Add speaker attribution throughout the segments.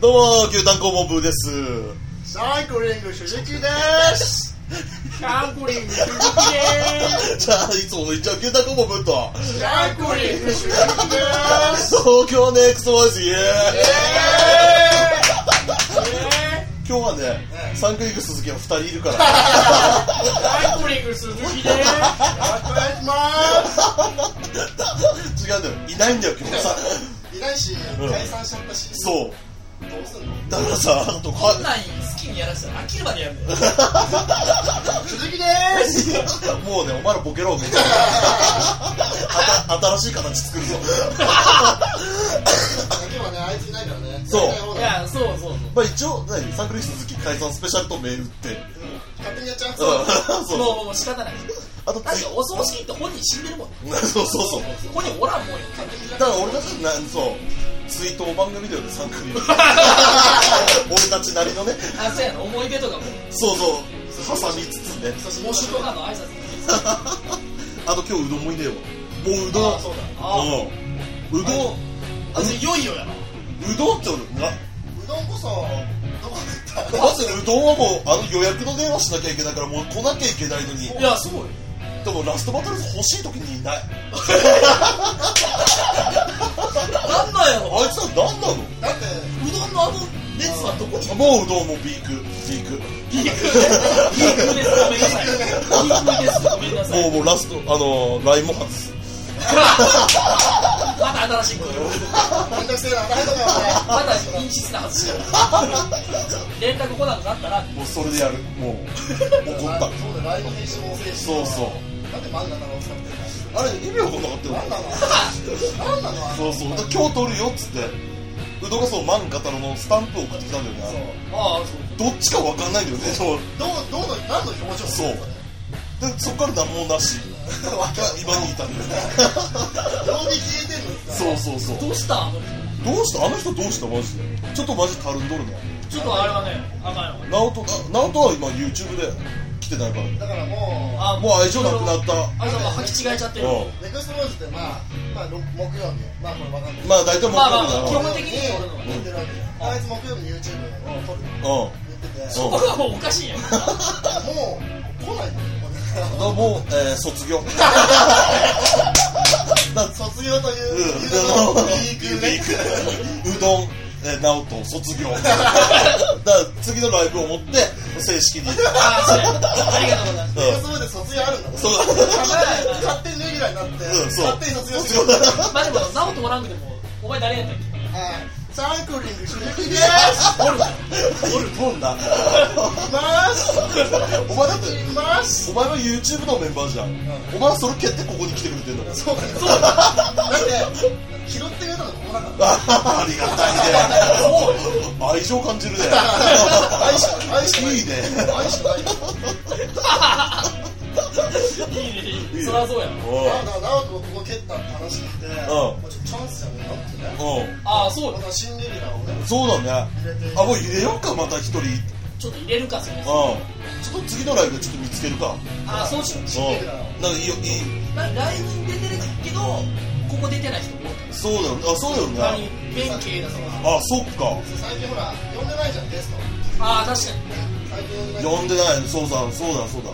Speaker 1: どうも、牛タン工房部です。
Speaker 2: サイクリング鈴木です。
Speaker 3: サンコリング鈴木で
Speaker 1: じゃあ、いつもの一応牛タン工房部と、
Speaker 2: サイクリング鈴木です。
Speaker 1: 東京ネクストボーイズイエーイ
Speaker 3: ーす
Speaker 1: 今日はね、サンクリング鈴木は2人いるから、
Speaker 3: サンコリング鈴木
Speaker 2: よ
Speaker 3: です
Speaker 2: ろしくお願いします。
Speaker 1: 違うんだよ、いないんだよ、今日さ。
Speaker 2: いないし、解散しちゃったし。う。
Speaker 1: そう。
Speaker 2: どうすんの？
Speaker 1: だからさ、あと
Speaker 3: こん
Speaker 1: か
Speaker 3: なん好きにやらせたら飽きるまでやるんだよ
Speaker 2: 鈴木です。
Speaker 1: もうね、お前らボケろ、みたいな。あた新しい形作るぞ。
Speaker 2: 今日はね、あいついないからね。
Speaker 1: そう
Speaker 2: やりたい放
Speaker 3: い
Speaker 2: 題
Speaker 3: やそうそうそう
Speaker 1: まあ一応、何サンクリング鈴木解散スペシャルとメールって。
Speaker 2: 勝手にやっちゃう。
Speaker 1: うん そう
Speaker 3: もうもう仕方ない
Speaker 1: あと
Speaker 3: だって
Speaker 1: ツイ
Speaker 3: お葬式って本人死んでるもん
Speaker 1: そうそうそう。
Speaker 3: 本人おらんもんよ
Speaker 1: だから俺たちなそうツイートを番組だよねサンクリ 俺たちなりのね
Speaker 3: あそうやな思い出とかも
Speaker 1: そうそう挟みつつね
Speaker 2: そして
Speaker 3: 喪主とかの挨拶
Speaker 1: あと今日うどんもいねえわもううど
Speaker 2: あそうだ。
Speaker 3: あ
Speaker 1: んうんうどん
Speaker 3: あいよいよやな
Speaker 1: うどんって俺な
Speaker 2: うどんこそどこ行った？
Speaker 1: まずうどんはもうあの予約の電話しなきゃいけないからもう来なきゃいけないのに
Speaker 3: いやそうよ
Speaker 1: でもラストバトルズ欲しい時にいないあいつは
Speaker 3: なんだよ
Speaker 1: 何なの
Speaker 2: だって
Speaker 3: うどんのあの熱はどこに
Speaker 1: もううどんもビークビーク
Speaker 3: ピークですごめんなさいピークですごめんなさい
Speaker 1: もうもうラストあのー、ラインも外す
Speaker 3: また新しいこと
Speaker 2: めんどくせえな大変だからね。
Speaker 3: まだ陰湿なはずじゃん連絡来なくなったら
Speaker 1: もうそれでやる もう怒った
Speaker 2: そうだ、ライブ編集もせえし。
Speaker 1: そうそう
Speaker 2: だって漫画なの使ってる
Speaker 1: あれ意味わかんなかったよ
Speaker 2: から。なんなの？なんなの？あの
Speaker 1: そうそう、だから今日撮るよっつって、うどこそ万カタロのスタンプを送ってきたんだよ
Speaker 2: そう
Speaker 1: ね。
Speaker 3: ああそう
Speaker 1: どっちかわかんないんだよね。そう。
Speaker 2: どうどうの何の表情？
Speaker 1: そうで、そっから何もなし。わか今にいたんだよね。
Speaker 2: どうに消えてんのさ。
Speaker 1: そうそうそう。
Speaker 3: どうしたあの
Speaker 1: どうしたあの人どうしたマジで。ちょっとマジたるんどるね。
Speaker 3: 人ちょっとあれはねあかんよ
Speaker 1: ナオト、あナオトは今 YouTube で来てないからね。
Speaker 2: だからもう。
Speaker 3: あ
Speaker 1: もう愛情なくなった。
Speaker 3: あれはもう履き違えちゃってる
Speaker 1: う
Speaker 2: ネクストローズってまあ、まあ、ろ木曜日、まあこれわかんない。
Speaker 1: ん。まあ大体もう
Speaker 3: まあまあ
Speaker 1: 撮
Speaker 3: 基
Speaker 1: る
Speaker 3: 本的に俺の
Speaker 2: 言ってるわけじゃん。あいつ木曜日に YouTube を撮るって
Speaker 1: だろ。うん。
Speaker 2: 言ってて、
Speaker 1: そう
Speaker 3: これはもうおかしいん やん
Speaker 2: もう来ないんだよ
Speaker 1: だからもう、えー、卒業。
Speaker 2: 卒業というう、
Speaker 1: ん、
Speaker 2: いうのを
Speaker 1: ビ
Speaker 2: いい
Speaker 1: ー
Speaker 2: 空
Speaker 1: クね
Speaker 2: ね。
Speaker 1: うどん、えー、ナオト、卒業。だから次のライブをもって、正式に。う
Speaker 3: ああそうやありがとうございます
Speaker 2: ネクストローズで卒業あるんだもん。
Speaker 1: そう
Speaker 2: 勝手にレギュラーになって、
Speaker 1: うんそう
Speaker 2: 勝手に卒業してくる。
Speaker 3: まあでも直人おらんくてもお前誰やったっけ
Speaker 2: はいサイクリング鈴木です。
Speaker 3: おるじゃ
Speaker 1: も
Speaker 3: ん
Speaker 1: んな。
Speaker 2: います。
Speaker 1: お前だって、
Speaker 2: います。
Speaker 1: お前は YouTube のメンバーじゃん。お前はそれ蹴ってここに来てくれてんだから。
Speaker 2: そうだよ。だって拾ってくれたのここだから。
Speaker 1: ありがたいね。愛情感じるね。
Speaker 2: 愛しか愛しかない。
Speaker 1: いいね。
Speaker 2: 愛しかないよ。
Speaker 3: いいねいいねそりゃそうや
Speaker 1: お
Speaker 2: だから直人がここ蹴ったって話聞いて、
Speaker 1: ん
Speaker 2: まあちょっとチャンスじゃねえなってね
Speaker 1: ううん。
Speaker 3: ああそう
Speaker 2: ま
Speaker 3: よ
Speaker 2: た新レギュラーをね
Speaker 1: そうだね。
Speaker 2: 入れて
Speaker 1: あ、もう入れようか、また一人。うん。
Speaker 3: ちょっと入れるかそれ
Speaker 1: ちょっと次のライブちょっと見つけるか。
Speaker 3: ああそうしよう
Speaker 1: うん。なんかいいよ、いい。
Speaker 3: なんかライブに出てるけどここ出てない人多い
Speaker 1: そうだよね。あ、そうだよね。
Speaker 3: 他に弁慶だと
Speaker 1: あ、
Speaker 3: か
Speaker 1: そっか。
Speaker 2: 最近ほら呼んでないじゃんゲスト
Speaker 3: ああ確かに
Speaker 2: 最近呼んでない
Speaker 1: 呼んでない。そうだ、そうだ、そうだ。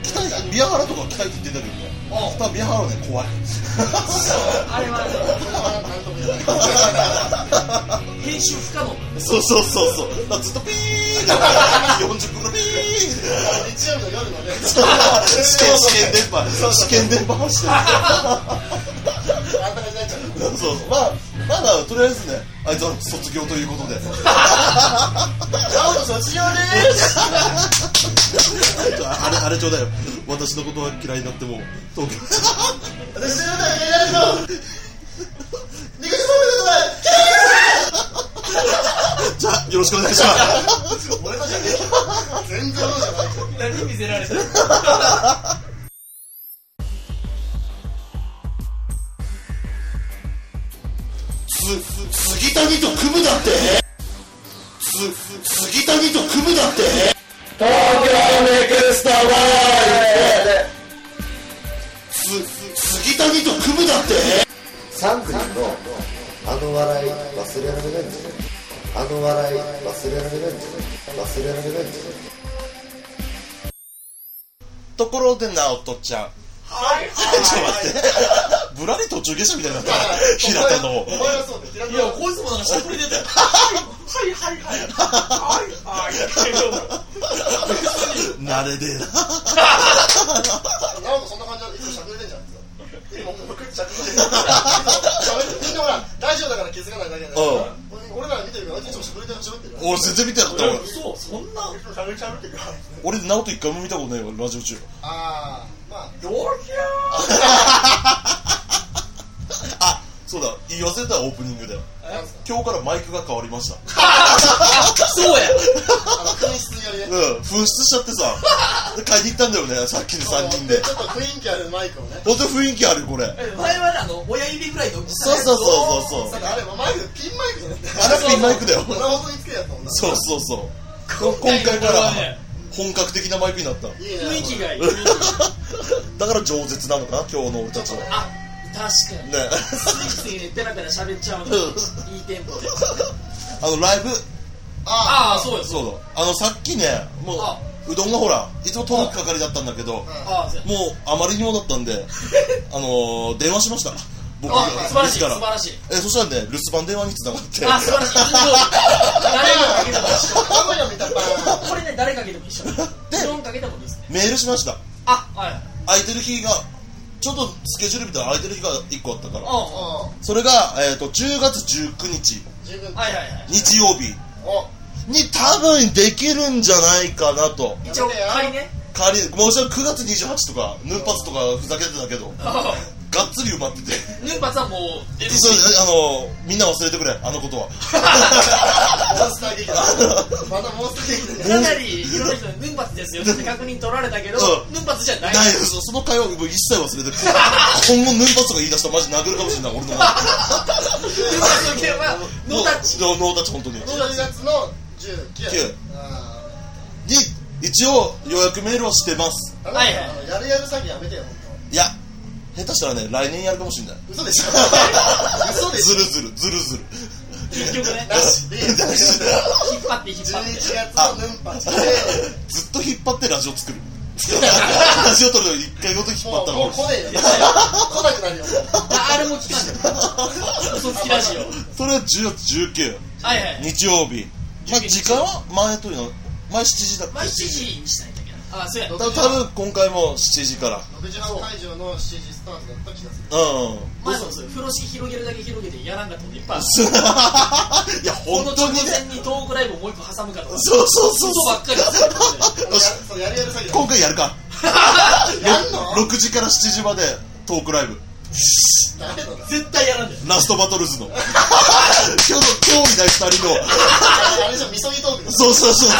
Speaker 1: 北井、宮原とか北井って言ってたけどね。
Speaker 3: あ
Speaker 1: ただ宮原ね、怖い。
Speaker 3: あれはね
Speaker 2: それはなんとも言えない
Speaker 3: 編集不可能
Speaker 1: そうそうそうそう。だからずっとピーだから、40分のピー
Speaker 2: 日曜日の夜のね
Speaker 1: 試験、試験電波、試験電波発して
Speaker 2: あんたがいないじゃん
Speaker 1: る。そうそう。まあ、まだ、とりあえずね、あいつは卒業ということで。
Speaker 2: 直人卒業です
Speaker 1: あれ、あれちょうだいよ。私のことは嫌いになっても、東京。
Speaker 2: 私のことは嫌いだぞニクス
Speaker 1: じゃあ、よろしくお願いします。
Speaker 2: ボールのことは俺のじゃねえ全然俺のじゃない
Speaker 3: 何見せられた
Speaker 1: す、杉谷と組むだってす、杉谷と組むだって東京ネクストワイす、杉谷と組むだって
Speaker 4: サンクリのあの笑い忘れられないんだよね
Speaker 5: あの笑い忘れられないんだよ忘れられないんだよ
Speaker 1: ところでなおとちゃん
Speaker 2: はい
Speaker 1: ちょっと待ってぶらり途中下車みたいになった 平田の
Speaker 2: お前はそう平田
Speaker 3: いや、こいつもなんかしゃくり出てる。はいはいはいはい。はいはい。
Speaker 1: 慣れでえな
Speaker 2: なんかそんな感じなんでいつもしゃくれてんじゃん今もう僕しゃくれてるしゃべってみんなほらラジオだから気づかないだけだから俺ら見てるからいつもしゃくれてるしゃべってるから
Speaker 1: 俺全然見てなかったわ
Speaker 3: 嘘、そんな。
Speaker 2: いつもしゃべりしゃべってるから
Speaker 1: 俺直人一回も見たことないわラジオ中
Speaker 2: あーまあ
Speaker 3: どうしよ
Speaker 1: あそうだ言い忘れたオープニングで
Speaker 2: なんすか
Speaker 1: 今日からマイクが変わりました
Speaker 3: う。そうや。
Speaker 2: あの紛失やりね
Speaker 1: うん紛失しちゃって さで買いに行ったんだよねさっきの3人で
Speaker 2: ちょっと雰囲気あるマイクをね
Speaker 1: 本当に雰囲気あるこれ
Speaker 3: え前はねあの、親指ぐらいの大きさ
Speaker 1: そうそうそうそうそう
Speaker 2: なんかあれマイクピンマイクじゃなくて
Speaker 1: あれピンマイクだよ
Speaker 2: ドラマにつけやったもんな
Speaker 1: そうそうそうこ今
Speaker 3: 回
Speaker 1: 回か
Speaker 3: これ
Speaker 1: ら
Speaker 3: はね
Speaker 1: 本格的なマイクにな った
Speaker 2: いいね
Speaker 3: 雰囲気がいい。
Speaker 1: だから饒舌なのかな今日の俺たちはね
Speaker 3: あ、確かに。ついついペラペラ喋っちゃうの。いいテンポで。
Speaker 1: あのライブ
Speaker 2: あ
Speaker 3: ああ、そうや、そう
Speaker 1: そうだあのさっきねも
Speaker 3: あ
Speaker 1: ううどんがほらいつも届く係だったんだけどもう
Speaker 2: あ
Speaker 3: や。ああ、そうや。
Speaker 1: あまりにもだったんで あのー電話しました僕
Speaker 3: あ素晴らし
Speaker 1: 自
Speaker 3: い、素
Speaker 1: ら
Speaker 3: 晴らしい。
Speaker 1: えそしたらね留守番電話につながって
Speaker 3: あ、素晴らしい。誰がかけても一緒。
Speaker 2: カメラ見たから
Speaker 3: これね、誰かけても一緒。ドンかけてもいいですね。
Speaker 1: メールしました
Speaker 3: あ、はい。うん
Speaker 1: 空いてる日がちょっとスケジュール見たら空いてる日が1個あったから
Speaker 3: うん。
Speaker 2: あ
Speaker 1: それが、えー、と10月19日
Speaker 2: 十分
Speaker 3: はいはいはい。
Speaker 1: 日曜日
Speaker 2: お
Speaker 1: に多分できるんじゃないかなと
Speaker 3: 一応、仮ね。
Speaker 1: 仮にもうちろん9月28とかヌンパツとかふざけてたけどがっつり埋まってて
Speaker 3: ヌンパさんもう、え
Speaker 1: そうあのみんな忘れてくれあのことは
Speaker 2: モンスター劇だまたモンスター劇だ
Speaker 3: かなりいろんな人にヌンパツですよって確認取られたけど、
Speaker 1: う
Speaker 3: ヌンパツじゃない。
Speaker 1: ないそその会話もう一切忘れてる今後ヌンパツとか言い出したらマジ殴るかもしれない俺の
Speaker 3: ヌンパツの件は、ノータッチ。
Speaker 1: チノータッチ本当にに
Speaker 2: 12月の19
Speaker 1: 九
Speaker 2: あ
Speaker 1: 一応予約メールはしてます
Speaker 2: ーあ
Speaker 3: はいはい
Speaker 2: あのやるやる詐欺やめてよ本
Speaker 1: いや下手したらね来年やるかもしれない
Speaker 2: 当嘘でしょ嘘でし
Speaker 1: ずるずるずるずる
Speaker 3: 結局ね
Speaker 2: ょ、なしで
Speaker 3: 引っ張って引っ張って。
Speaker 2: 11月のヌンパして
Speaker 1: ずっと引っ張ってラジオ作る ラジオ撮るのに一回ごと引っ張
Speaker 2: も
Speaker 1: っ
Speaker 2: う
Speaker 1: たら
Speaker 2: もう
Speaker 1: 俺
Speaker 2: 来ねえよ来なくなるよ
Speaker 3: ああれも聞かんじゃん。嘘つきラジオ。
Speaker 1: それは10月19
Speaker 3: はいはい。
Speaker 1: 日曜日まあ
Speaker 3: 19
Speaker 1: 時間は前というの前7時だっけ
Speaker 3: まあ、7時にしたいんだけど。あ、そうや。
Speaker 1: た多分今回も7時から
Speaker 2: 6時半会場の7時スタートだった気がする
Speaker 1: うん
Speaker 3: まあ、そうそう。風呂敷広げるだけ広げてやらんかったこといっぱいある。
Speaker 1: いや
Speaker 3: こ
Speaker 1: 本
Speaker 3: の
Speaker 1: 当
Speaker 3: 直
Speaker 1: にね
Speaker 3: 前にトークライブをもう一個挟むかとか。
Speaker 1: そうそうそう
Speaker 3: 嘘ば
Speaker 1: そ
Speaker 3: っかりですよ
Speaker 2: それやそれやるやる詐欺
Speaker 1: う
Speaker 2: だ
Speaker 1: 今回やるか
Speaker 2: やんの
Speaker 1: 6時から7時までトークライブ
Speaker 2: 誰のだ
Speaker 3: 絶対やらんじゃん。
Speaker 1: ラストバトルズの今日の今日いない2人の
Speaker 2: あれじゃみそぎトークだ
Speaker 1: そうそうそう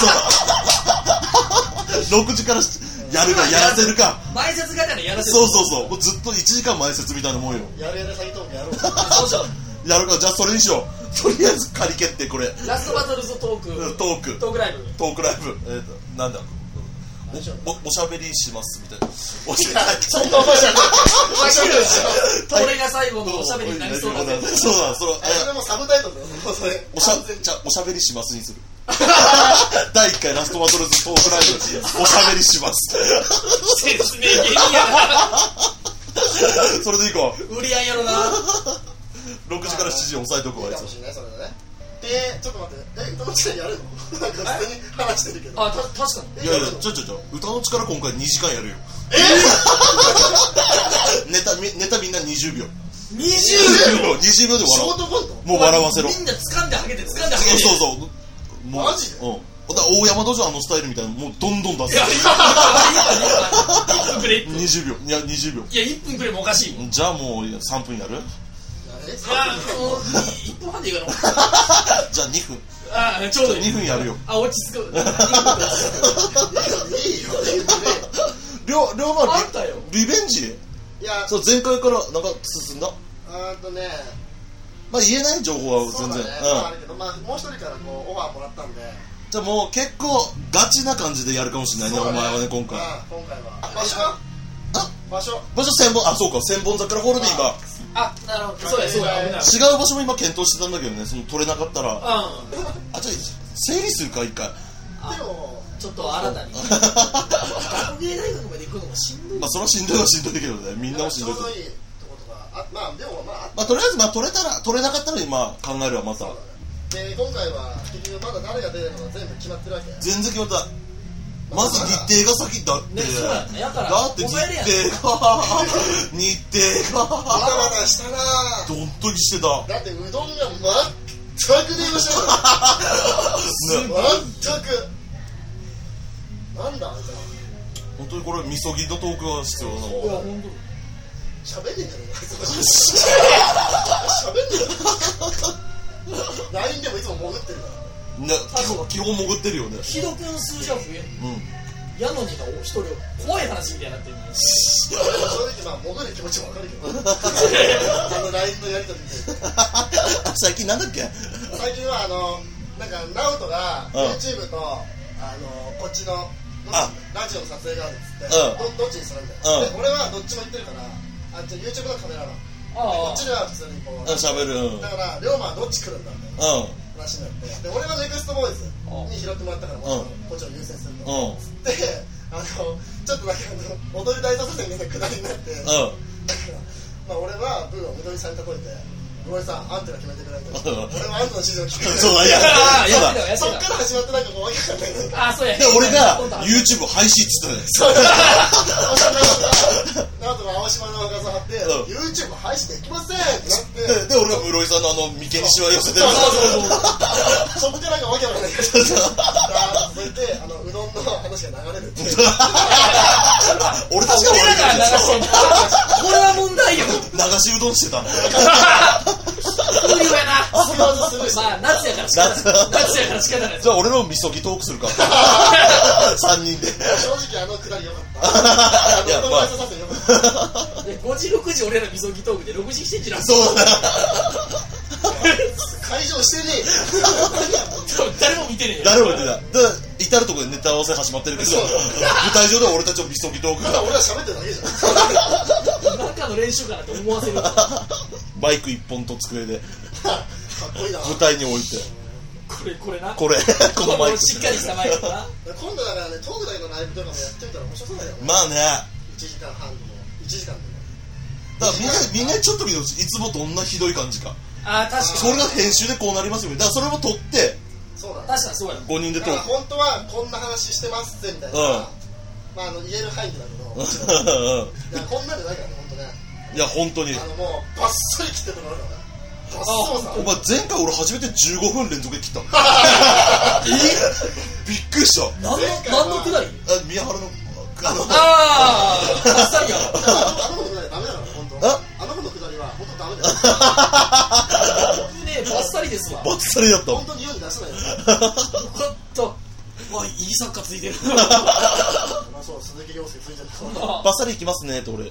Speaker 1: そう6時からしやるかやらせるか
Speaker 3: 前説がたらやらせる。
Speaker 1: そうそうそうもうずっと1時間前説みたいなもんよ
Speaker 2: やるやる詐欺トークやろう
Speaker 3: そうしよ
Speaker 1: やるかじゃあそれにしようとりあえず借り決定これ
Speaker 3: う。ラストバトルズトーク、
Speaker 1: トーク
Speaker 3: トークライブ。
Speaker 1: トークライブえっ、となんだおおおしゃべりしますみたいなおしゃべり
Speaker 2: そんなお前じゃない
Speaker 3: わかるでしょこれが最後のおしゃべりになりそうだね。
Speaker 1: そうだその
Speaker 2: あそれもサブタイトルだよもうそれ
Speaker 1: おしゃ
Speaker 2: 完全に
Speaker 1: じゃあおしゃべりしますに する第1回ラストバトルズトークライブおしゃべりし ます
Speaker 3: 説明芸人や
Speaker 1: それでいこ
Speaker 3: な。売り合いやろな。
Speaker 1: う6時から7時押さえとくわ
Speaker 2: いい
Speaker 1: い
Speaker 2: か
Speaker 1: つ
Speaker 2: も
Speaker 1: も
Speaker 2: しれないそれでねでちょっと待ってえ歌の力やるの なんか普通に話してるけど
Speaker 3: あ、た、確かに。
Speaker 1: いやいやちょちょちょ歌の力今回2時間やるよえネタみネタみんな20秒
Speaker 3: 20
Speaker 1: 20秒20秒で
Speaker 2: ショ
Speaker 1: 笑
Speaker 2: ートコント
Speaker 1: うもう笑わせろ
Speaker 3: みんな掴んでハゲて、掴んでハ
Speaker 1: そう
Speaker 3: ゲて。
Speaker 1: そう
Speaker 3: う。
Speaker 1: そうもう
Speaker 2: マジで
Speaker 1: うんだから大山道場あのスタイルみたいなもうどんどん出
Speaker 3: いや、
Speaker 1: す
Speaker 3: 1分くれ、1分。い
Speaker 1: 20秒いや20秒
Speaker 3: や、1分くれもおかしい。い
Speaker 1: じゃあもう3分や る
Speaker 2: え
Speaker 3: や、もう、1分半でいいかな。
Speaker 1: じゃあ2分
Speaker 3: あ、ちょうどいい
Speaker 1: 2。分やるよ
Speaker 3: あ、落ち着く。
Speaker 2: いいよ
Speaker 1: 龍馬
Speaker 3: あんたよ。
Speaker 1: リベンジ
Speaker 2: いや
Speaker 1: そう前回からなんか進んだ
Speaker 2: あーっとね
Speaker 1: まあ言えない情報は全然う、
Speaker 2: そうだねまああ
Speaker 1: ん
Speaker 2: るけどまあもう一人からこうオファーもらったんで
Speaker 1: じゃあもう結構ガチな感じでやるかもしれないね
Speaker 2: そう
Speaker 1: お
Speaker 2: だ
Speaker 1: 前はね今回
Speaker 2: うん今回は場所
Speaker 1: あ
Speaker 2: 場所
Speaker 1: 場所千本あそうか千本桜ホールディーが
Speaker 6: あなるほどそうやそうや危ない
Speaker 1: 違う場所も今検討してたんだけどねその取れなかったらあ
Speaker 6: うん
Speaker 1: じゃあ整理するか一回
Speaker 2: でも
Speaker 3: ちょっと新たに学芸大学まで行くのもしんどい
Speaker 1: まあそれはしんどいはしんどいけどねみんなもしんどい
Speaker 2: ち
Speaker 1: けど
Speaker 2: ょうどいいとことかあまあでもまああっ
Speaker 1: まあとりあえずまあ取れたら取れなかったら今考えるわまた
Speaker 2: たからねで今回は結局まだ誰が出るのか全部決まってるわけ
Speaker 1: 全然決まったまず日程が先だって、
Speaker 3: ねそうやねやから
Speaker 1: だって日
Speaker 3: 抑えるやん
Speaker 1: 程が日程が
Speaker 2: バタバタしたなぁ
Speaker 1: どんとりしてた
Speaker 2: だってうどんが全く出ましたか
Speaker 1: ね
Speaker 2: ら全くなんだあれじゃ
Speaker 1: 本当にこれみそぎのトークが必要なの
Speaker 2: 喋んねえんじゃねえか喋んねえ LINE でもいつも潜ってるから
Speaker 1: ね基本基本潜ってるよね
Speaker 3: 木戸君数字は増える
Speaker 1: うん
Speaker 3: 矢野にの一人を怖い話みたいになってる
Speaker 2: 正直まあ潜る気持ちもわかるけどあの LINE のやりとり見てる
Speaker 1: 最近なんだっけ
Speaker 2: 最近はあのなんかナオトが
Speaker 1: うん
Speaker 2: YouTube と、あのこっちの
Speaker 1: あ
Speaker 2: ラジオの撮影があるっつって、
Speaker 1: う
Speaker 2: どどっちにするんだ
Speaker 1: う
Speaker 2: よ、
Speaker 1: ん
Speaker 2: で俺はどっちも行ってるからあじゃあ YouTube のカメラマン
Speaker 3: ああ
Speaker 2: こっちでは普通にこう
Speaker 1: あ喋るうんうん
Speaker 2: だから龍馬はどっち来るんだみたいな話になってで俺はネクストボーイズに拾ってもらったからもちろんこっちを優先する
Speaker 1: うん
Speaker 2: と、つってあのちょっとだけあの踊り大作戦みたいなくだりになって、
Speaker 1: うん
Speaker 2: まあ、俺はブーをみどりさんに例えて室井さんあんたが決めてくれな
Speaker 1: うん
Speaker 2: いと俺はあんたの指示を聞く
Speaker 1: そうだいや
Speaker 3: ああ
Speaker 1: そうだ
Speaker 2: そっ
Speaker 3: やってたやってた
Speaker 2: から始まってなんかこうわけわ かんないなんか
Speaker 3: あそうや
Speaker 1: で俺が YouTube 配信っつったのよ
Speaker 2: そうだなんとか青島の画像貼って、
Speaker 1: う
Speaker 2: YouTube 配信できませんってなっ
Speaker 1: でで
Speaker 2: て
Speaker 1: 俺が室井さんのあの眉間にしわ寄せてる
Speaker 2: そこでなんかわけわかんないからそれであのうどんの話が流れるっていう
Speaker 1: 俺確か
Speaker 3: 俺らが流して
Speaker 1: 悪
Speaker 3: ん
Speaker 1: い
Speaker 3: だこれは問題よ
Speaker 1: 流しうどんしてたの
Speaker 3: 不良やな
Speaker 2: スムーズスルーして
Speaker 3: まあ夏やから仕方ない夏やから仕方ない
Speaker 1: じゃあ俺のみそぎトークするか 三人で
Speaker 2: 正直あのくだりよかったあ
Speaker 1: いや
Speaker 2: の
Speaker 1: まあ
Speaker 2: 友達とさせてよかった
Speaker 3: で5時6時俺らみそぎトークで6時来てんじゃん
Speaker 1: そうだな
Speaker 2: 会場してねえ
Speaker 3: 誰も見てねえよ
Speaker 1: 誰も言ってないだから至る所でネタ合わせ始まってるけど
Speaker 2: そう
Speaker 1: 舞台上では俺たちのみそぎトーク
Speaker 2: ただ
Speaker 1: が
Speaker 2: 俺ら喋ってるだけじゃん
Speaker 3: なんかの練習かなって思わせる
Speaker 1: バイク一本と机で
Speaker 2: かっこいいな
Speaker 1: 舞台に置いて
Speaker 3: これこれな
Speaker 1: これこのマイク
Speaker 3: しっかりしたマイクな
Speaker 2: 今度だからねトークだけのライブとかもやってみたら面白そうだよね、
Speaker 1: まあね
Speaker 2: 1時間半でも1時間でも
Speaker 1: だからみんなみんなちょっと見てほしいいつもどんなひどい感じか
Speaker 3: あー確
Speaker 1: そ
Speaker 3: かに
Speaker 1: れが編集でこうなりますよねだからそれも撮って
Speaker 2: そうだね
Speaker 3: 確かにそうやな
Speaker 1: 5人で
Speaker 2: だ
Speaker 1: トー
Speaker 2: から
Speaker 1: ク
Speaker 2: 本当はこんな話してますってみたいな、
Speaker 1: うん
Speaker 2: まああの言える範囲だけどいやこんなんじゃないからね本当ね
Speaker 1: いや本当に
Speaker 2: あのもうバッサリ切ってるところだからバッ
Speaker 1: お
Speaker 2: サリ
Speaker 1: 前前回俺初めて15分連続で切ったえ びっくりした
Speaker 3: 何の何のくだり
Speaker 1: あ宮原のあの
Speaker 3: あああっさりやわ
Speaker 2: あの子のくだりダメだから本当
Speaker 1: あ
Speaker 2: あの子のくだりは本当ダメだよ
Speaker 3: 危ねえバッサリですわ
Speaker 1: バッサリだった
Speaker 2: 本当に世に出せないよ
Speaker 3: よかったまあいい作家 ついてる
Speaker 2: まあそう鈴木亮介ついてる
Speaker 3: あ
Speaker 1: バッサリ行きますね って俺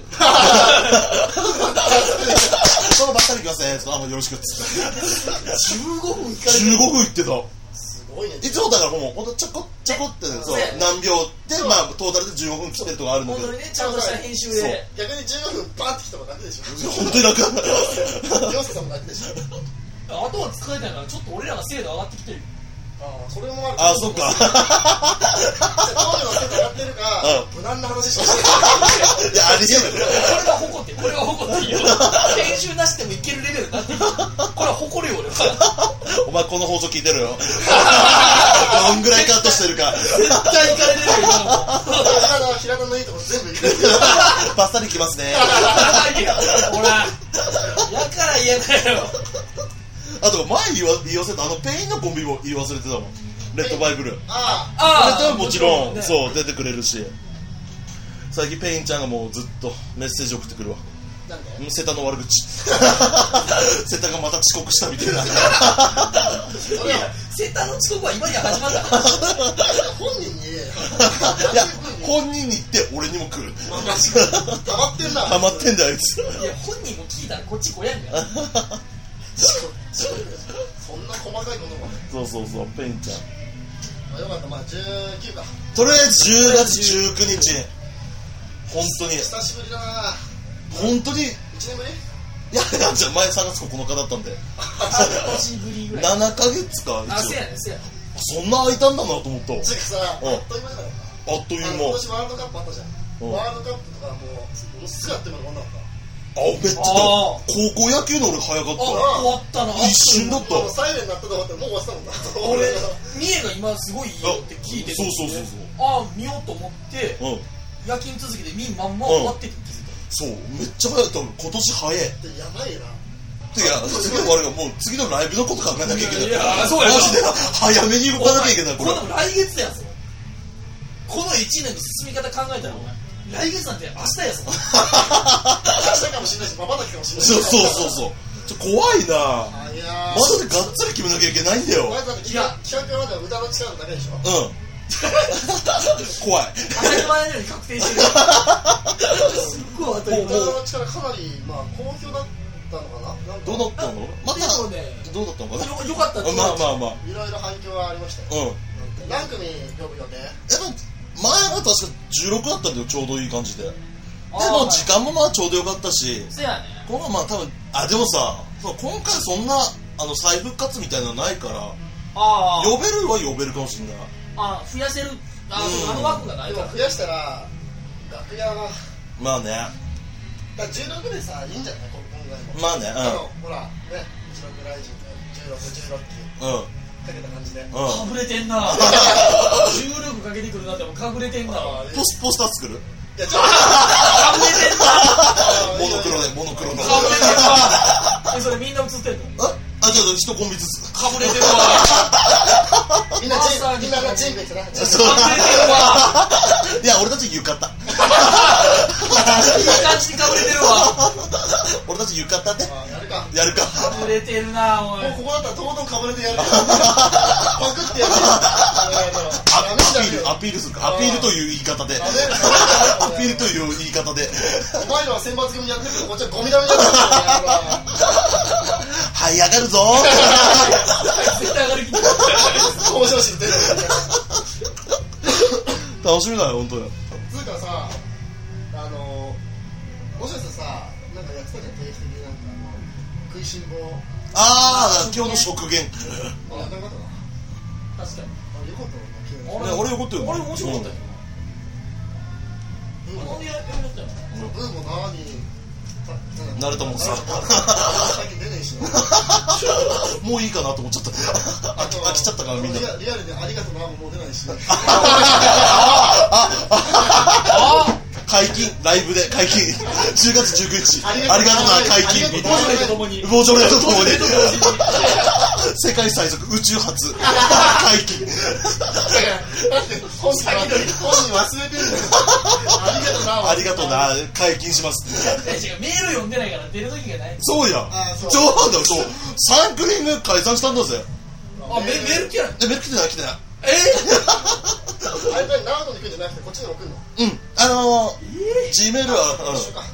Speaker 1: そのバッサリ行きますねってあよろしくっつ って
Speaker 3: 15分聞かれてる
Speaker 1: 15分行ってた
Speaker 2: すごいね
Speaker 1: いつもだからもうほんとちょこちょこってねそう
Speaker 3: ね
Speaker 1: 何秒でまあトータルで15分切ってるとかあるんだ
Speaker 3: 本
Speaker 1: け
Speaker 3: 当
Speaker 1: ど
Speaker 3: にねちゃんとした編集
Speaker 1: そう
Speaker 3: で
Speaker 2: 逆に15分バンってきたも楽でしょ
Speaker 1: 本当に楽
Speaker 2: 亮介さんも楽でしょ
Speaker 3: あとは使えないからちょっと俺らが精度上がってきてる
Speaker 2: ああそれもある
Speaker 1: あそっか
Speaker 2: じゃあ当時の世代やってるか
Speaker 1: う
Speaker 2: 無難な話しかして
Speaker 1: いやありえ
Speaker 3: こ
Speaker 1: ない
Speaker 3: れが誇ってこれが誇ってい いよ編集なしでもいけるレベルになってきてるこれは誇るよ 俺は
Speaker 1: お前この放送聞いて るよどんぐらいカットしてるか
Speaker 3: 絶対いかれてるよ今の
Speaker 2: ない平田の平田のいいとこ全部いく
Speaker 1: バッサリ行きますね
Speaker 3: ほらやから言えないよ
Speaker 1: あと前言わ言い忘れたあのペインのコンビも言い忘れてたもんレッドバイブルー
Speaker 2: ああ
Speaker 3: あ
Speaker 1: それともちろん、
Speaker 3: ね
Speaker 1: そう出てくれるし最近ペインちゃんがもうずっとメッセージ送ってくるわ
Speaker 2: なんで
Speaker 1: うん瀬田の悪口 瀬田がまた遅刻したみたいな
Speaker 3: いやセンターの遅刻は今には始まったから
Speaker 2: 本人に
Speaker 1: いや本人に言って俺にも来る
Speaker 2: まあ確かに溜まってんな
Speaker 1: ハマってんだよあいつ
Speaker 3: いや本人も聞いたらこっち来やんから
Speaker 2: そんな細かいことまで
Speaker 1: そうそうそうペインちゃん
Speaker 2: まあよかったまあ19か
Speaker 1: とりあえず10月19日本当に
Speaker 2: 久しぶりだな
Speaker 1: 本当に
Speaker 2: 1年ぶり
Speaker 1: いやなんじゃ前3月9日だったんで
Speaker 3: 年ぶりぐ
Speaker 1: 7
Speaker 3: らい
Speaker 1: ヶ月か
Speaker 3: あ
Speaker 1: 一
Speaker 3: せ
Speaker 1: 応
Speaker 3: やねせやね
Speaker 1: そんな空いたんだなと思ったあ
Speaker 2: つうかさあっ
Speaker 1: うん
Speaker 2: という間じゃない
Speaker 1: っという
Speaker 2: あの
Speaker 1: 間
Speaker 2: 今年ワールドカップあったじゃ
Speaker 1: うん
Speaker 2: んワールドカップとかもうものすごいあっという間に終わんなかっ
Speaker 1: あめっちゃ
Speaker 3: あ
Speaker 1: 高校野球の俺早かっ
Speaker 3: あ
Speaker 1: た
Speaker 3: 終わったな
Speaker 1: 一瞬だった
Speaker 2: たもうサイレンになったと思ったらもう終わってたもんな
Speaker 3: 俺三重が今すごいいいよって聞いてて
Speaker 1: そうそうそうそう
Speaker 3: ああ見ようと思って
Speaker 1: うん
Speaker 3: 夜勤続きで見んまんま終わってて気づいた
Speaker 1: そうめっちゃ早い多分今年早いい
Speaker 2: やばいな
Speaker 1: やすごい悪いがもう次のライブのこと考えなきゃいけない
Speaker 3: いやいやそうやな
Speaker 1: マジで早めに動かなきゃいけない
Speaker 3: こ
Speaker 1: こ
Speaker 3: れ
Speaker 1: れ
Speaker 3: でも来月やぞこの1年の進み方考えたらお前来月なんて明日やぞ
Speaker 2: 明日かもしれないしまばたきかもしれないし
Speaker 1: そうそうそうそうちょ怖いな
Speaker 2: あいや
Speaker 1: ま
Speaker 2: ー
Speaker 1: だでがっつり決めなきゃいけないんだよ
Speaker 2: まずだって企画企画はまだ歌の力だけでしょ
Speaker 1: うん 怖い
Speaker 3: 当たり前のように確定してる すっごい当たり前
Speaker 2: 歌の力かなりまあ好評だったのかななんか
Speaker 1: どうだったのまた
Speaker 3: でもね
Speaker 1: どうだったのかな
Speaker 3: よよかったって
Speaker 1: まあまあまあ
Speaker 2: いろいろ反響はありましたよ
Speaker 1: うんやっ
Speaker 2: 何組呼ぶ予定
Speaker 1: ぱ前は確か16だったんだよちょうどいい感じでで
Speaker 3: あー
Speaker 1: も時間もまあちょうどよかったし
Speaker 3: せやね
Speaker 1: 今はまあ多分あでもさそう今回そんなあの再復活みたいなのないから
Speaker 3: あー
Speaker 1: 呼べるは呼べるかもしれない
Speaker 3: あー増やせるあー
Speaker 1: うん
Speaker 3: あの枠がない
Speaker 2: で
Speaker 3: から
Speaker 2: も増やしたら楽屋は
Speaker 1: まあね
Speaker 2: だから16でさいいんじゃないこのぐらいも
Speaker 1: まあね
Speaker 2: あのほらね16ライジング1616って
Speaker 1: うんうん
Speaker 2: かけた感じで
Speaker 1: うん
Speaker 3: かぶれてんな 重力かけてくるなってもかぶれてんな
Speaker 2: あ
Speaker 3: か
Speaker 2: ーい
Speaker 1: ポスポスター作る
Speaker 2: やちょっと
Speaker 3: ぶれてんな
Speaker 1: モノクロでモノクロの
Speaker 3: かぶれてんなえそれみんな映ってんの
Speaker 1: ああちょっと一コンビずつ
Speaker 3: かぶれてるわ
Speaker 2: み んなチームみんなチームで来てなチーム
Speaker 1: そう
Speaker 3: かぶれてるわ
Speaker 1: いや俺たち浴衣
Speaker 3: いい感じにかぶれてるわ
Speaker 1: 俺たち浴衣ね
Speaker 2: あーやるか
Speaker 1: やるか
Speaker 3: かぶれてるな おい
Speaker 2: もうここだったらとことんかぶれてやるからパク ってやるよあの野郎
Speaker 1: ア
Speaker 2: ダメ
Speaker 1: アピ
Speaker 2: じ
Speaker 1: ー
Speaker 2: ゃん
Speaker 1: ルアピールするかアピールという言い方で
Speaker 2: ダメだよ
Speaker 1: アピールという言い方で
Speaker 2: お前らは選抜組やってるけどこっちはゴミだめじゃないか
Speaker 1: はい上がるぞ
Speaker 3: 絶対上がる気ない
Speaker 2: 面白いし出る
Speaker 1: 楽しみだよ本当に
Speaker 2: つうかさあのもしかしたらさなんかやってたじゃん定期的になんかあの食いしん坊
Speaker 1: ああ今日の食言
Speaker 2: あなかったな
Speaker 3: 確かに
Speaker 2: あよかったな急に
Speaker 1: ね俺怒ってる
Speaker 3: 俺面白かったよ
Speaker 2: ブー
Speaker 3: あ
Speaker 2: も
Speaker 3: のやり方だよ
Speaker 2: ブーもなにさなんだ
Speaker 1: 慣れたもんさ
Speaker 2: 最近出ねえしな
Speaker 1: もういいかなと思っ ちゃった飽
Speaker 2: あ
Speaker 1: き
Speaker 2: と
Speaker 1: 飽きちゃったからみんな
Speaker 2: リアリアルでありがとうなももう出ないしな
Speaker 1: 解禁ライブで解禁10月19日あ
Speaker 2: あ
Speaker 1: り
Speaker 2: り
Speaker 1: がとう
Speaker 2: がとう
Speaker 1: な
Speaker 2: な
Speaker 1: 解
Speaker 2: あり
Speaker 1: 禁
Speaker 2: がとう
Speaker 3: ボジョレと共に
Speaker 1: ボージョレとともに
Speaker 3: ボジョレと共に
Speaker 1: 世界最速宇宙初解禁
Speaker 2: だって本人は本人忘れてるんだよありがとうな
Speaker 1: ありがとうな解禁します
Speaker 3: いや違うメール読んでないから出る時がない
Speaker 1: そうやん
Speaker 2: あそう
Speaker 1: そうなんだよそうサンクリング解散したんだぜ
Speaker 3: あメメール来ない
Speaker 1: えメール来てない来てない
Speaker 3: え
Speaker 2: あれ何度に行くんじゃなくてこっちに送るの
Speaker 1: うんあのー、G メールはうん
Speaker 2: 一緒か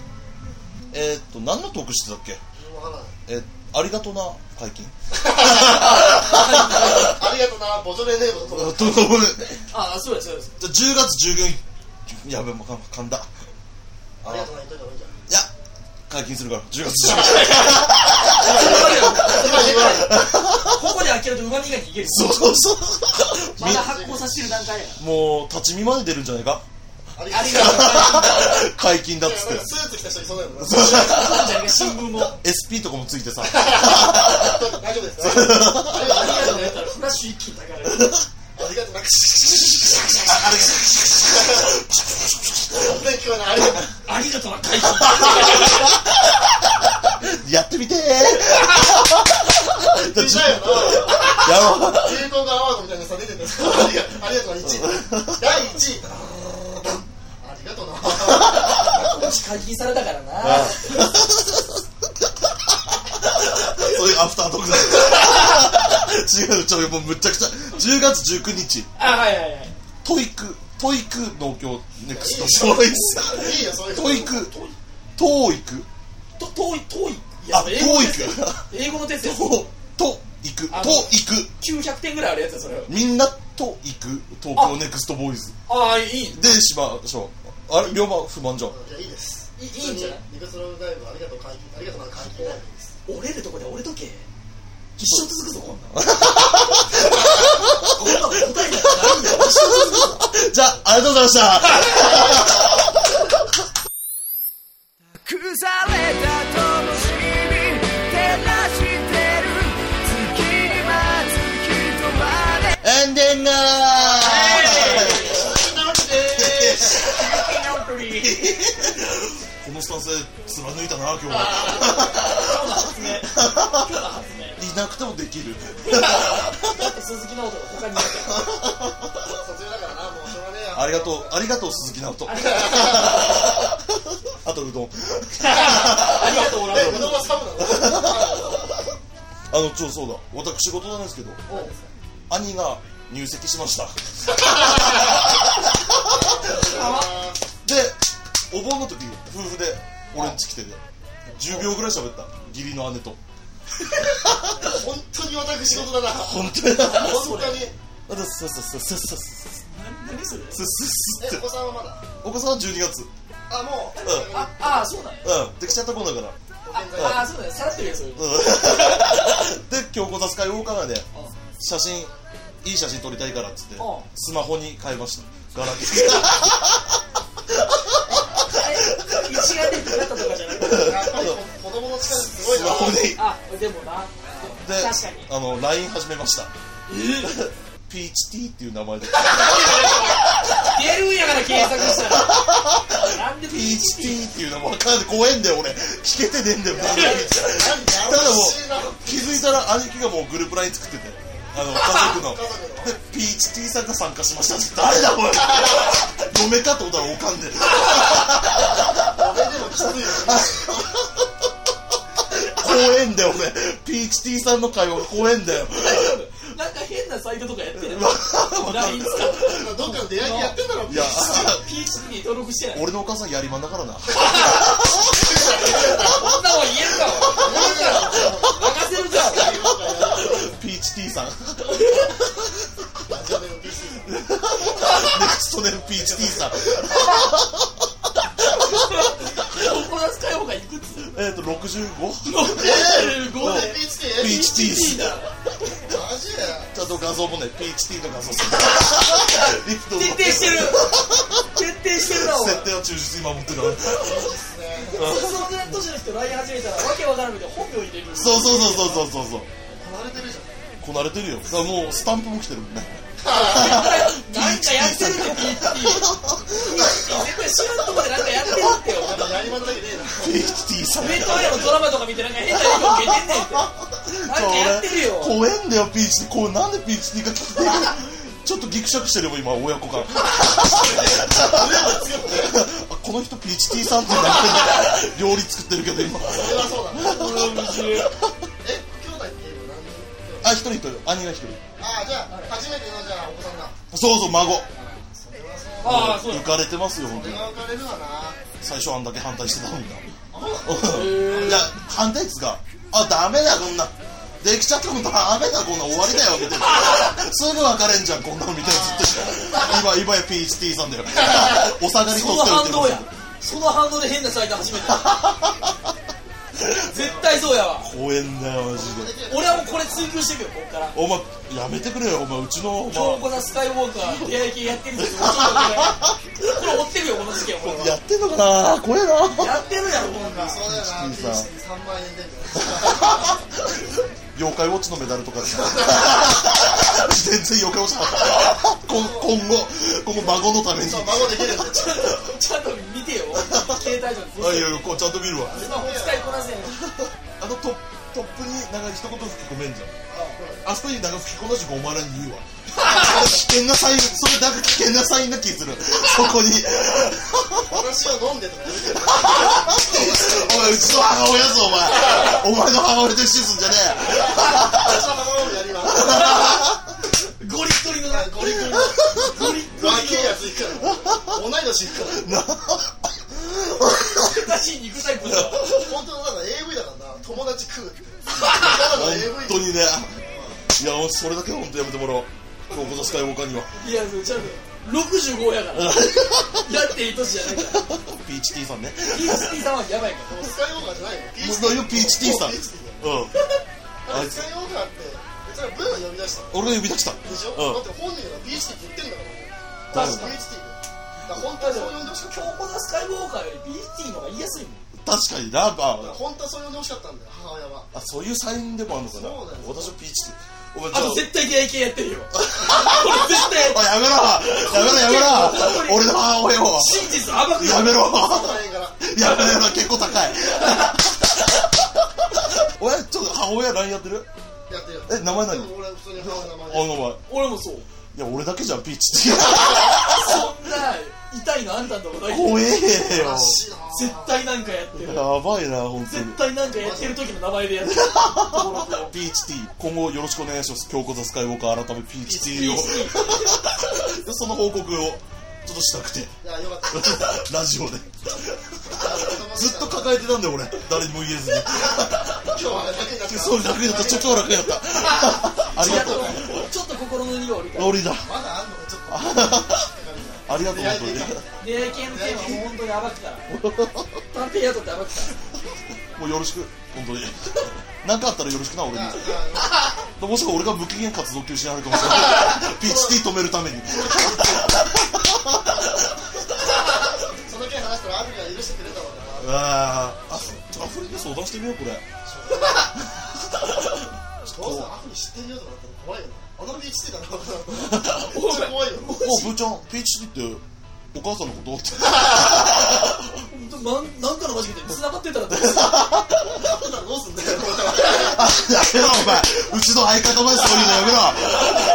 Speaker 1: えーっと何のトークしてたっけ
Speaker 2: 分からない
Speaker 1: えーありがとうな解禁
Speaker 2: ありがとうなボジョレ・ネーボ
Speaker 1: あ
Speaker 2: と
Speaker 1: とごめんじ
Speaker 3: あそうですそうです
Speaker 1: ゃあ10月19やべもうか噛んだ
Speaker 2: ありがとうな言っといた方がいいんじゃ
Speaker 1: いや解禁するから10月19
Speaker 3: ここで開けると馬にが逃げる
Speaker 1: そうそうそう
Speaker 3: まだ発行させてる段階や
Speaker 1: もう立ち見まで出るんじゃないか
Speaker 2: ない
Speaker 3: あ
Speaker 2: あ
Speaker 3: り
Speaker 2: り
Speaker 3: が
Speaker 2: が
Speaker 3: と
Speaker 2: と
Speaker 3: う
Speaker 2: う
Speaker 3: ございます
Speaker 1: 解禁だっ
Speaker 2: いや
Speaker 1: つっ
Speaker 2: なん
Speaker 1: て
Speaker 2: かスーツ着た人いそうだよな
Speaker 3: なんじゃねえか新聞も
Speaker 1: SP とかもついてさ
Speaker 2: 大丈夫ですかありが
Speaker 3: ありが
Speaker 2: と
Speaker 3: とう
Speaker 2: う
Speaker 3: ご
Speaker 2: ね
Speaker 3: ざいますフラッシュ一気にだから
Speaker 2: ありがとうな全然聞こえないありがとう
Speaker 3: ありがとうな会社
Speaker 1: やってみてー
Speaker 2: 聞いたよな
Speaker 1: やろう
Speaker 2: 流行語アワードみたいなさ出てたありがありがとうな1位第1位ありがとうな
Speaker 3: もし解禁されたからな
Speaker 1: そういうアフタートークだ違うちょもうむっちゃくちゃ10月19日
Speaker 3: あはいはいはい
Speaker 1: トイクトイク農協ネクストショイス
Speaker 2: いいよそういう
Speaker 1: トイクトーイク
Speaker 3: と遠い遠いいや
Speaker 1: あトーイ
Speaker 3: 英語のテスト
Speaker 1: ク
Speaker 3: 英語のテストや
Speaker 1: ととイクと
Speaker 3: あの
Speaker 1: イク
Speaker 3: 900点ぐらいあるやつだそれ
Speaker 1: みんなとイク東京ネクストボーイズ
Speaker 3: ああいい
Speaker 1: でしましょうあれ龍馬不満じゃん
Speaker 2: いやいいです
Speaker 3: いいいんじゃない
Speaker 2: リクスローライブありがとう解禁ありがとうまだ解禁ライブです
Speaker 3: 折れるとこで折れとけ一生続くぞこんなのこんなの答えなんてないんだよ一生続くぞ
Speaker 1: じゃあ、ありがとうござい ました。
Speaker 7: 腐れた灯しに照らしてる月に待つ人まで
Speaker 1: エンディング このスタンスで貫いたな、今日は。いなくてもできる。
Speaker 3: だって鈴木直人が他にいなきゃ
Speaker 2: 卒業だからなもうしょうがねえや
Speaker 1: ありがとう、ありがとう、鈴木直 人。あと、うどん。
Speaker 3: ありがとうござい
Speaker 2: えうどんはサブなの
Speaker 1: あの、ちょ、そうだ。私事なんですけど、
Speaker 2: おう
Speaker 1: 兄が入籍しました。で、お盆の時、夫婦で俺ん家来てて、10秒ぐらい喋った。義理の姉と。
Speaker 2: 本当に私仕事だな
Speaker 1: 本当に。
Speaker 2: 本当に
Speaker 1: あだすすすすすすす
Speaker 3: 何それ
Speaker 1: すす
Speaker 2: え
Speaker 1: す
Speaker 2: お
Speaker 1: って
Speaker 2: 子さんはまだ
Speaker 1: お子さんは12月
Speaker 2: あもう
Speaker 1: うん
Speaker 3: あああそうだ
Speaker 1: うんできちゃったもんだから
Speaker 3: ああそうだよさらってるよそういうの
Speaker 1: うんで今日こたつ会おうかなで写真いい写真撮りたいからっつって
Speaker 3: ん
Speaker 1: スマホに変えましたガラケ
Speaker 3: え一眼レフになったとかじゃなくて
Speaker 2: やっぱり子供の力すごい
Speaker 1: ス
Speaker 2: な
Speaker 1: マホにで
Speaker 3: あでもな確かに
Speaker 1: あの LINE 始めましたピーチティーっていう名前で
Speaker 3: 出るんやから検索したらなんで
Speaker 1: ピーチティーっていう
Speaker 3: ィ
Speaker 1: 名前わかんない怖えんだよ俺聞けてねえんだよただも
Speaker 2: なんだ
Speaker 1: う気づいたら兄貴がもうグループ LINE 作っててあの家族 の
Speaker 2: 家族の
Speaker 1: で、ピーチ T さんが参加しましたって誰だおい嫁かってことはおかんで
Speaker 2: 俺でもきついよ
Speaker 1: 怖えんだよ俺ピーチ T さんの会話が怖えんだよ
Speaker 3: なんか変なサイトとかやってる
Speaker 1: わわか
Speaker 3: LINE
Speaker 1: ん
Speaker 3: 使
Speaker 1: ない
Speaker 3: って
Speaker 2: どっかの出会い系やってんだろ
Speaker 1: いや
Speaker 3: ピーチに登録してない
Speaker 1: 俺のお母さんやりまんだからな
Speaker 3: こんなもん言えるかも任せるか
Speaker 1: ピーチ T さんネ
Speaker 2: ラジオネーム PC
Speaker 1: クストネルピーチ T さん
Speaker 3: この使い方がいくつ
Speaker 1: えっと 65?
Speaker 2: ゴールデンピーチテ
Speaker 1: ピ
Speaker 2: ィ
Speaker 1: ーチ T です
Speaker 2: ーマジで
Speaker 1: ちゃんと画像もねピーチ T の画 像するリフトの
Speaker 3: 徹底してる徹底してるなお前
Speaker 1: 設定を忠実に守ってる
Speaker 3: 普通のグランドじゃなくて LINE 始めたらわけわからんみたいな本名入れる
Speaker 1: そうそうそうそうそうそう
Speaker 2: こなれてるじゃん
Speaker 1: こなれてるよだからもうスタンプも来てるもんね
Speaker 3: なんかやってるってピーチ絶対知らんとこでなんかやってるってよ
Speaker 2: なんかやりまんだけねえな
Speaker 1: ピーチ T さん
Speaker 3: ネットやのドラマとか見てなんか変な影響受けてんねんってなんかやってるよ
Speaker 1: 怖えんだよピーチこうなんでピーチティーが聞いてるちょっとギクシャクしてるよ今親子から あこの人ピーチティーさんってなってる料理作ってるけど今
Speaker 2: それはそうだな
Speaker 3: 面白い
Speaker 2: え兄弟っていうのは何人
Speaker 1: あ一人一人兄が一人
Speaker 2: ああじゃあ初めてのじゃあお子さんだ
Speaker 1: そうそう孫
Speaker 3: ああそうだ
Speaker 1: 浮かれてますよ本当
Speaker 2: 俺
Speaker 1: に
Speaker 2: が浮かれるわな
Speaker 1: 最初あんだけ反対してたのにない や反対っつうかあダメだこんなできちゃったことダメだこんな終わりだよみたいな すぐ別れんじゃんこんなのみたいなずっと今今やピーチティーさんだよ お下がり
Speaker 3: そ
Speaker 1: 取
Speaker 3: の
Speaker 1: ってるってこ
Speaker 3: 反動
Speaker 1: と
Speaker 3: やその反動で変なサイト始めた絶対そうやわ
Speaker 1: 怖えんだよマジで
Speaker 3: 俺はもうこれ追求していくよこっから
Speaker 1: お前やめてくれよお前うちのお
Speaker 3: 京
Speaker 1: 前
Speaker 3: 子さんスカイウォーカー出会い系やってるんですよこれ追ってるよこの事件俺
Speaker 1: やってんのかな怖えな
Speaker 3: やってるやろこんなん
Speaker 2: そうだ
Speaker 1: ピ
Speaker 2: よな
Speaker 1: ーチティーさん
Speaker 2: 3万円で
Speaker 1: 妖怪ウォッチのメダルとかで 全然妖怪ウォッチなかったこん今後今後孫のために
Speaker 2: そう孫できるんで
Speaker 3: ちゃんと見てよ携帯上に
Speaker 1: あいやいやこうちゃんと見るわ
Speaker 3: スマホ使いこなせん
Speaker 1: あのトトップになんか一言吹き込めんじゃんあそこになんか吹き込んだ瞬間お前らに言うわ危険なサインそれなんか危険なサインな気するそこに
Speaker 2: 私を飲んでとか言うけど
Speaker 1: お前うちの母親ぞお前お前の母親と一緒にすんじゃね
Speaker 2: 私の孫もやります
Speaker 3: ゴリッゴリのな
Speaker 2: ゴリゴリ
Speaker 3: ゴリッゴ
Speaker 2: 若
Speaker 3: リ
Speaker 2: いやついくから同い年いくから
Speaker 1: えな
Speaker 3: の難しい肉体プだ
Speaker 2: 本当なんか AV だからな友達食うってただの
Speaker 1: 本
Speaker 2: AV
Speaker 1: 当にねいやそれだけは本当やめてもらおう今日こそスカイウォーカーには
Speaker 3: リアルちゃんと65やから。やっていい年じゃないから。
Speaker 1: ピーチティーさんね
Speaker 3: PSP さんはやばいから。
Speaker 2: スカイウォーカーじゃないの
Speaker 1: ムズの言うピーチティーさん
Speaker 2: ピーチティ
Speaker 1: う
Speaker 2: ー
Speaker 1: ん
Speaker 2: だってスカイウォーカーって別にブーを呼び出したの
Speaker 1: 俺が呼び出した
Speaker 2: でしょ、
Speaker 1: うん
Speaker 2: だって本人がビーチティーって言ってんだから
Speaker 1: 誰が
Speaker 2: ビーチティーだから本当はそう呼んでほしかった
Speaker 3: 強固なスカイウォーカーより PSP の方が言いやすいもん。
Speaker 1: 確かになあ
Speaker 2: だから本当はそう呼んでほしかったんだよ母親は
Speaker 1: あそういうサインでもあるのかな
Speaker 2: そうだよ
Speaker 1: 私はピーチティーお前
Speaker 3: あと
Speaker 1: じゃ
Speaker 3: 絶対現役やってるよ。俺絶対
Speaker 1: あやめろやめろやめろ俺の母親を
Speaker 3: 真実を暴くよ。
Speaker 1: やめろ
Speaker 2: この辺から
Speaker 1: やめろやめろ結構高い 親ちょっと母親 LINE やってる
Speaker 2: やってよ
Speaker 1: え名前何
Speaker 2: でも俺は普通に母親の名
Speaker 1: あ
Speaker 2: 前
Speaker 1: の前い
Speaker 3: 俺もそう。
Speaker 1: や俺だけじゃんピーチティー
Speaker 3: そんな痛いのあんたんとこない
Speaker 1: 怖えよ
Speaker 2: おかしいなぁ
Speaker 3: 絶対なんかやってる
Speaker 1: や。ばいな本当に
Speaker 3: 絶対なんかやってる時の名前でやってる。
Speaker 1: ピーチティー今後よろしくお願いします強固ザスカイウォーカー改めピーチティーをその報告をちょっとしたくて
Speaker 2: いやよかった
Speaker 1: ラジオでずっと
Speaker 2: 今
Speaker 1: 抱えてたんだよ俺誰にも言えずに
Speaker 2: 日は楽になった
Speaker 1: そう楽になったちょっと楽になった ありがとう
Speaker 3: ちょっと心の荷が下りた。
Speaker 1: ロリだ
Speaker 2: まだあんのかちょっと
Speaker 1: ありがとう本当に
Speaker 3: 出会い系のテーマも本当に暴くから。探偵宿って暴くから。
Speaker 1: もうよろしく本当に何かあったらよろしくな俺にもしくは俺が無期限活動休止になるかもしれない ピーチティー止めるために
Speaker 2: その件話したらアビが許してくれたろうな
Speaker 1: あーあちょっとアフリカ相談してみようこれ
Speaker 2: どうせアフに知ってるよとかだったら怖いよなあのビーチティーだろめっちゃ怖いよ
Speaker 1: おブーちゃんピーチティーってお母さんのことって
Speaker 3: なんなんかのマジで繋がってたらどう
Speaker 2: だったらどうすんだよ
Speaker 1: やめろお前うちの相方までそういうの やめろ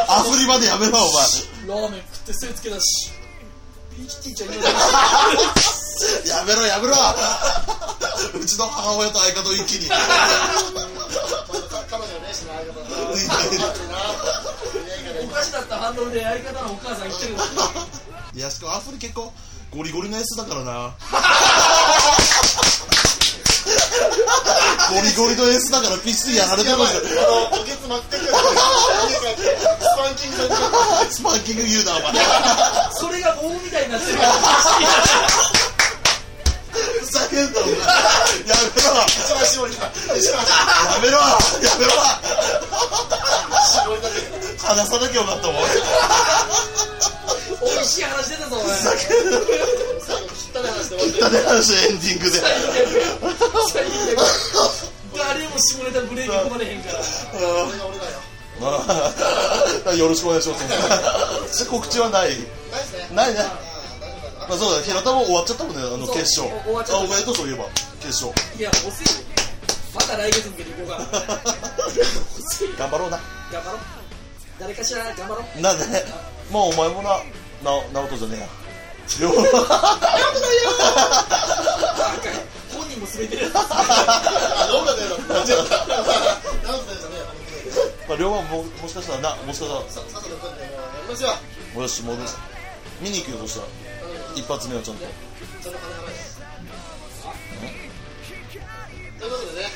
Speaker 1: アフリまでやめろお前
Speaker 3: ラーメン食って背つけだし。ピーチティーちゃんいる
Speaker 1: やめろやめ ろうちの母親と相方を一気に
Speaker 2: 彼女はねしない相方だな
Speaker 3: おかしだったハンドルでやり方のお母さん言ってるんだ
Speaker 1: いやしかもアフリ結構ゴリゴリのやつだからなゴリゴリのエースだからピーチティーやられてますよ
Speaker 2: あの、おけつ巻くてくる。スパンキングされてる。
Speaker 1: スパーキング言うなお前
Speaker 3: それが棒みたいになってる
Speaker 1: ふざけんなお前やめろ
Speaker 2: 一番絞りだ。一番
Speaker 1: やめろやめろ
Speaker 2: 絞りだけど。
Speaker 1: 話さなきゃよかったもん
Speaker 3: 美味しい話出たぞお前
Speaker 2: 最後、汚い話で終わって
Speaker 1: 種
Speaker 2: る。
Speaker 1: 話エンディングで
Speaker 3: 誰も下ネタブレーキ込まれへんから
Speaker 2: 俺が俺だよ。
Speaker 1: あよろしくお願いします告知はない
Speaker 2: ないですね。
Speaker 1: ないね
Speaker 2: あー大丈夫かな
Speaker 1: まあそうだ平田も終わっちゃったもんねあの
Speaker 3: そう
Speaker 1: 決勝
Speaker 3: 終わっちゃった
Speaker 1: あおめでとうそういえば決勝
Speaker 3: いや遅いよまた来月向けていこうかな遅いよ
Speaker 1: 頑張ろうな
Speaker 3: 頑張ろう誰かしら頑張ろう
Speaker 1: なんでねまあお前もなな直人じゃねえや よ
Speaker 3: あかん本人も滑ってる
Speaker 2: あ、どうだよ。なんだよ。なんだよじゃねえよ。
Speaker 1: まあ龍馬ももしかしたらなもしかしたら
Speaker 2: ささっさとこうやってやりますよ。
Speaker 1: もしもです見に行くよそしたら一発目はちゃんと
Speaker 2: そんな金払いです。ということでね、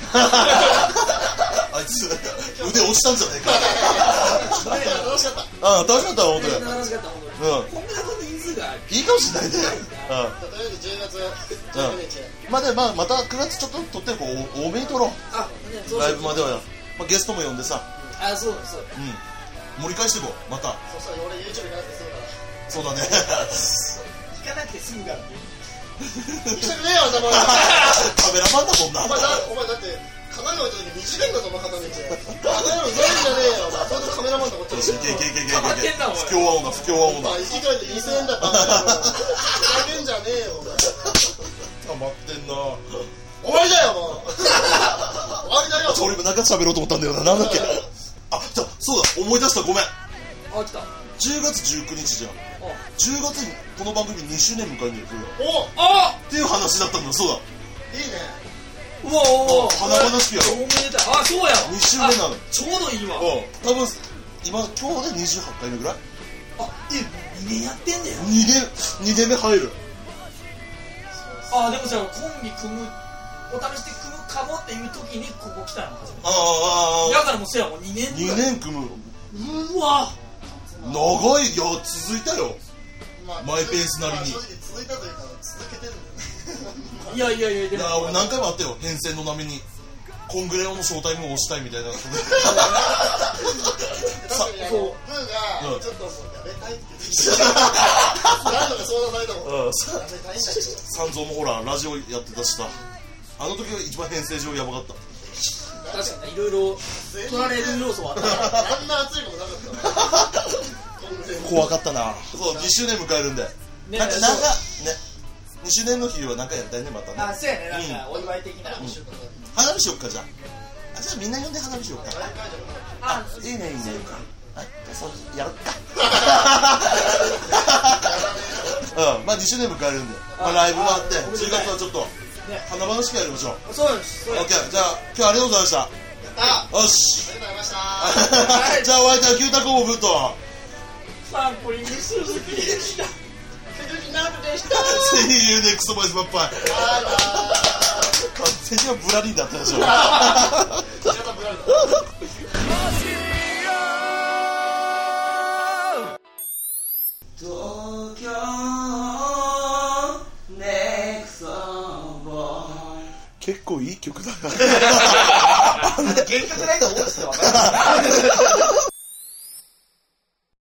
Speaker 1: あいつ腕落ちたんじゃね
Speaker 2: 今日は楽しかった。
Speaker 1: えか うん楽しかったわ本当に
Speaker 3: こんな話があった本当に
Speaker 1: うん
Speaker 3: こんなこと人数が
Speaker 1: いいかもしれないね
Speaker 2: とりあえず10月19日、
Speaker 1: うんまあでまあまた9月ちょっと撮ってるからお多めに撮ろう
Speaker 3: あねそうそう
Speaker 1: ライブまでは、まあ、ゲストも呼んでさ、
Speaker 3: あそうだそうだ
Speaker 1: うん、盛り返していこうまた
Speaker 2: そしたら俺 YouTube 行かなくて済むか
Speaker 1: そう
Speaker 2: ら。
Speaker 1: だね
Speaker 3: 行かなくて済むからね
Speaker 2: 行きたくねえよ、あんなもん。お
Speaker 1: カメラマンだもんな
Speaker 2: 前だ、お前だって、鏡置いた時20年だぞ、お前片道。あんなのいないんじゃねえよ、お前。それとカメラマンとこっち
Speaker 1: い
Speaker 2: に。
Speaker 1: けいけいけいけいけ
Speaker 3: 黙ってんなおい
Speaker 1: 不協和音だ不協和音だ
Speaker 2: まあ、1時間で2000円だったんだよ。ふざけんじゃねえよ、お前。
Speaker 1: 溜まってんな
Speaker 2: 終わりだよ、もう。終わりだよ。
Speaker 1: それもなんか喋ろうと思ったんだよななんだっけあじゃそうだ思い出したごめん
Speaker 3: あ来た
Speaker 1: 10月19日じゃん10月にこの番組2周年迎えるんだよそうだ
Speaker 2: お
Speaker 3: あ
Speaker 1: っていう話だったんだそうだ
Speaker 2: いいね。
Speaker 3: うわおお
Speaker 1: 華々しくやろう
Speaker 3: おめでたいあそうや
Speaker 1: 二周目なの
Speaker 3: あちょうどいいわ
Speaker 1: うん多分今今日で28回目ぐらい
Speaker 3: あえ2年やってんだよ
Speaker 1: 2年2年目入る
Speaker 3: あでもじゃあコンビ組むお試しで組むかもっていう時にここ来たの初めて
Speaker 1: ああ
Speaker 3: だからもうせやもう2年
Speaker 1: 2年組む
Speaker 3: うわ
Speaker 1: 長いいや続いたよ
Speaker 2: まあ
Speaker 1: マイペースなりに
Speaker 2: まあ正直続いたというか続けてるんだよね
Speaker 3: いやいやいやで
Speaker 1: いや
Speaker 3: も
Speaker 1: 俺何回もあったよ編成の波にコングレオのショータイムを押したいみたいな
Speaker 2: 確かにあ
Speaker 3: そ
Speaker 2: の
Speaker 3: う
Speaker 1: う
Speaker 2: ムー
Speaker 1: ん
Speaker 2: がちょっともうやめたいって言ってきて 何度か相談されたもんや
Speaker 1: うん
Speaker 2: めたいんだけど
Speaker 1: 三蔵もほらラジオやってたしさあの時が一番編成上やばかった
Speaker 3: 確かにいろいろ取られる要素はあった
Speaker 2: あんな熱いことなかった わこんなに
Speaker 1: 怖かったなそう2周年迎えるんで、
Speaker 3: ね
Speaker 1: なんか
Speaker 3: そう
Speaker 1: なんかね2周年の日は何かやりたいねまたね
Speaker 3: あそうやねなんかお祝い的な、
Speaker 1: 花火しよっかじゃああじゃあみんな呼んで花火しよっか
Speaker 3: あ
Speaker 1: いいねいいねいいねはいじゃあそうやろっか うんまあ2周年迎えるんで、まあ、ライブもあって
Speaker 3: あおめで
Speaker 1: 10
Speaker 3: たい
Speaker 1: 月はちょっと
Speaker 3: ね
Speaker 1: 花々しくやりましょう
Speaker 3: そうなんですそう
Speaker 1: オ
Speaker 3: なん
Speaker 1: ッ
Speaker 3: で
Speaker 1: ケーじゃあ今日はありがとうございました
Speaker 2: あ
Speaker 1: よし
Speaker 2: ありがとうございまし
Speaker 1: じゃあお相手は九太公ブート
Speaker 3: すサンプリングする時でした
Speaker 2: たなんでした
Speaker 1: 声優でクソバイスばっぱい
Speaker 2: バイバイ
Speaker 1: 完全にはブラリンだったでしょ
Speaker 8: 東京ネクソンボーイ
Speaker 1: 結構いい曲だな
Speaker 3: 原曲ないと思うんですよ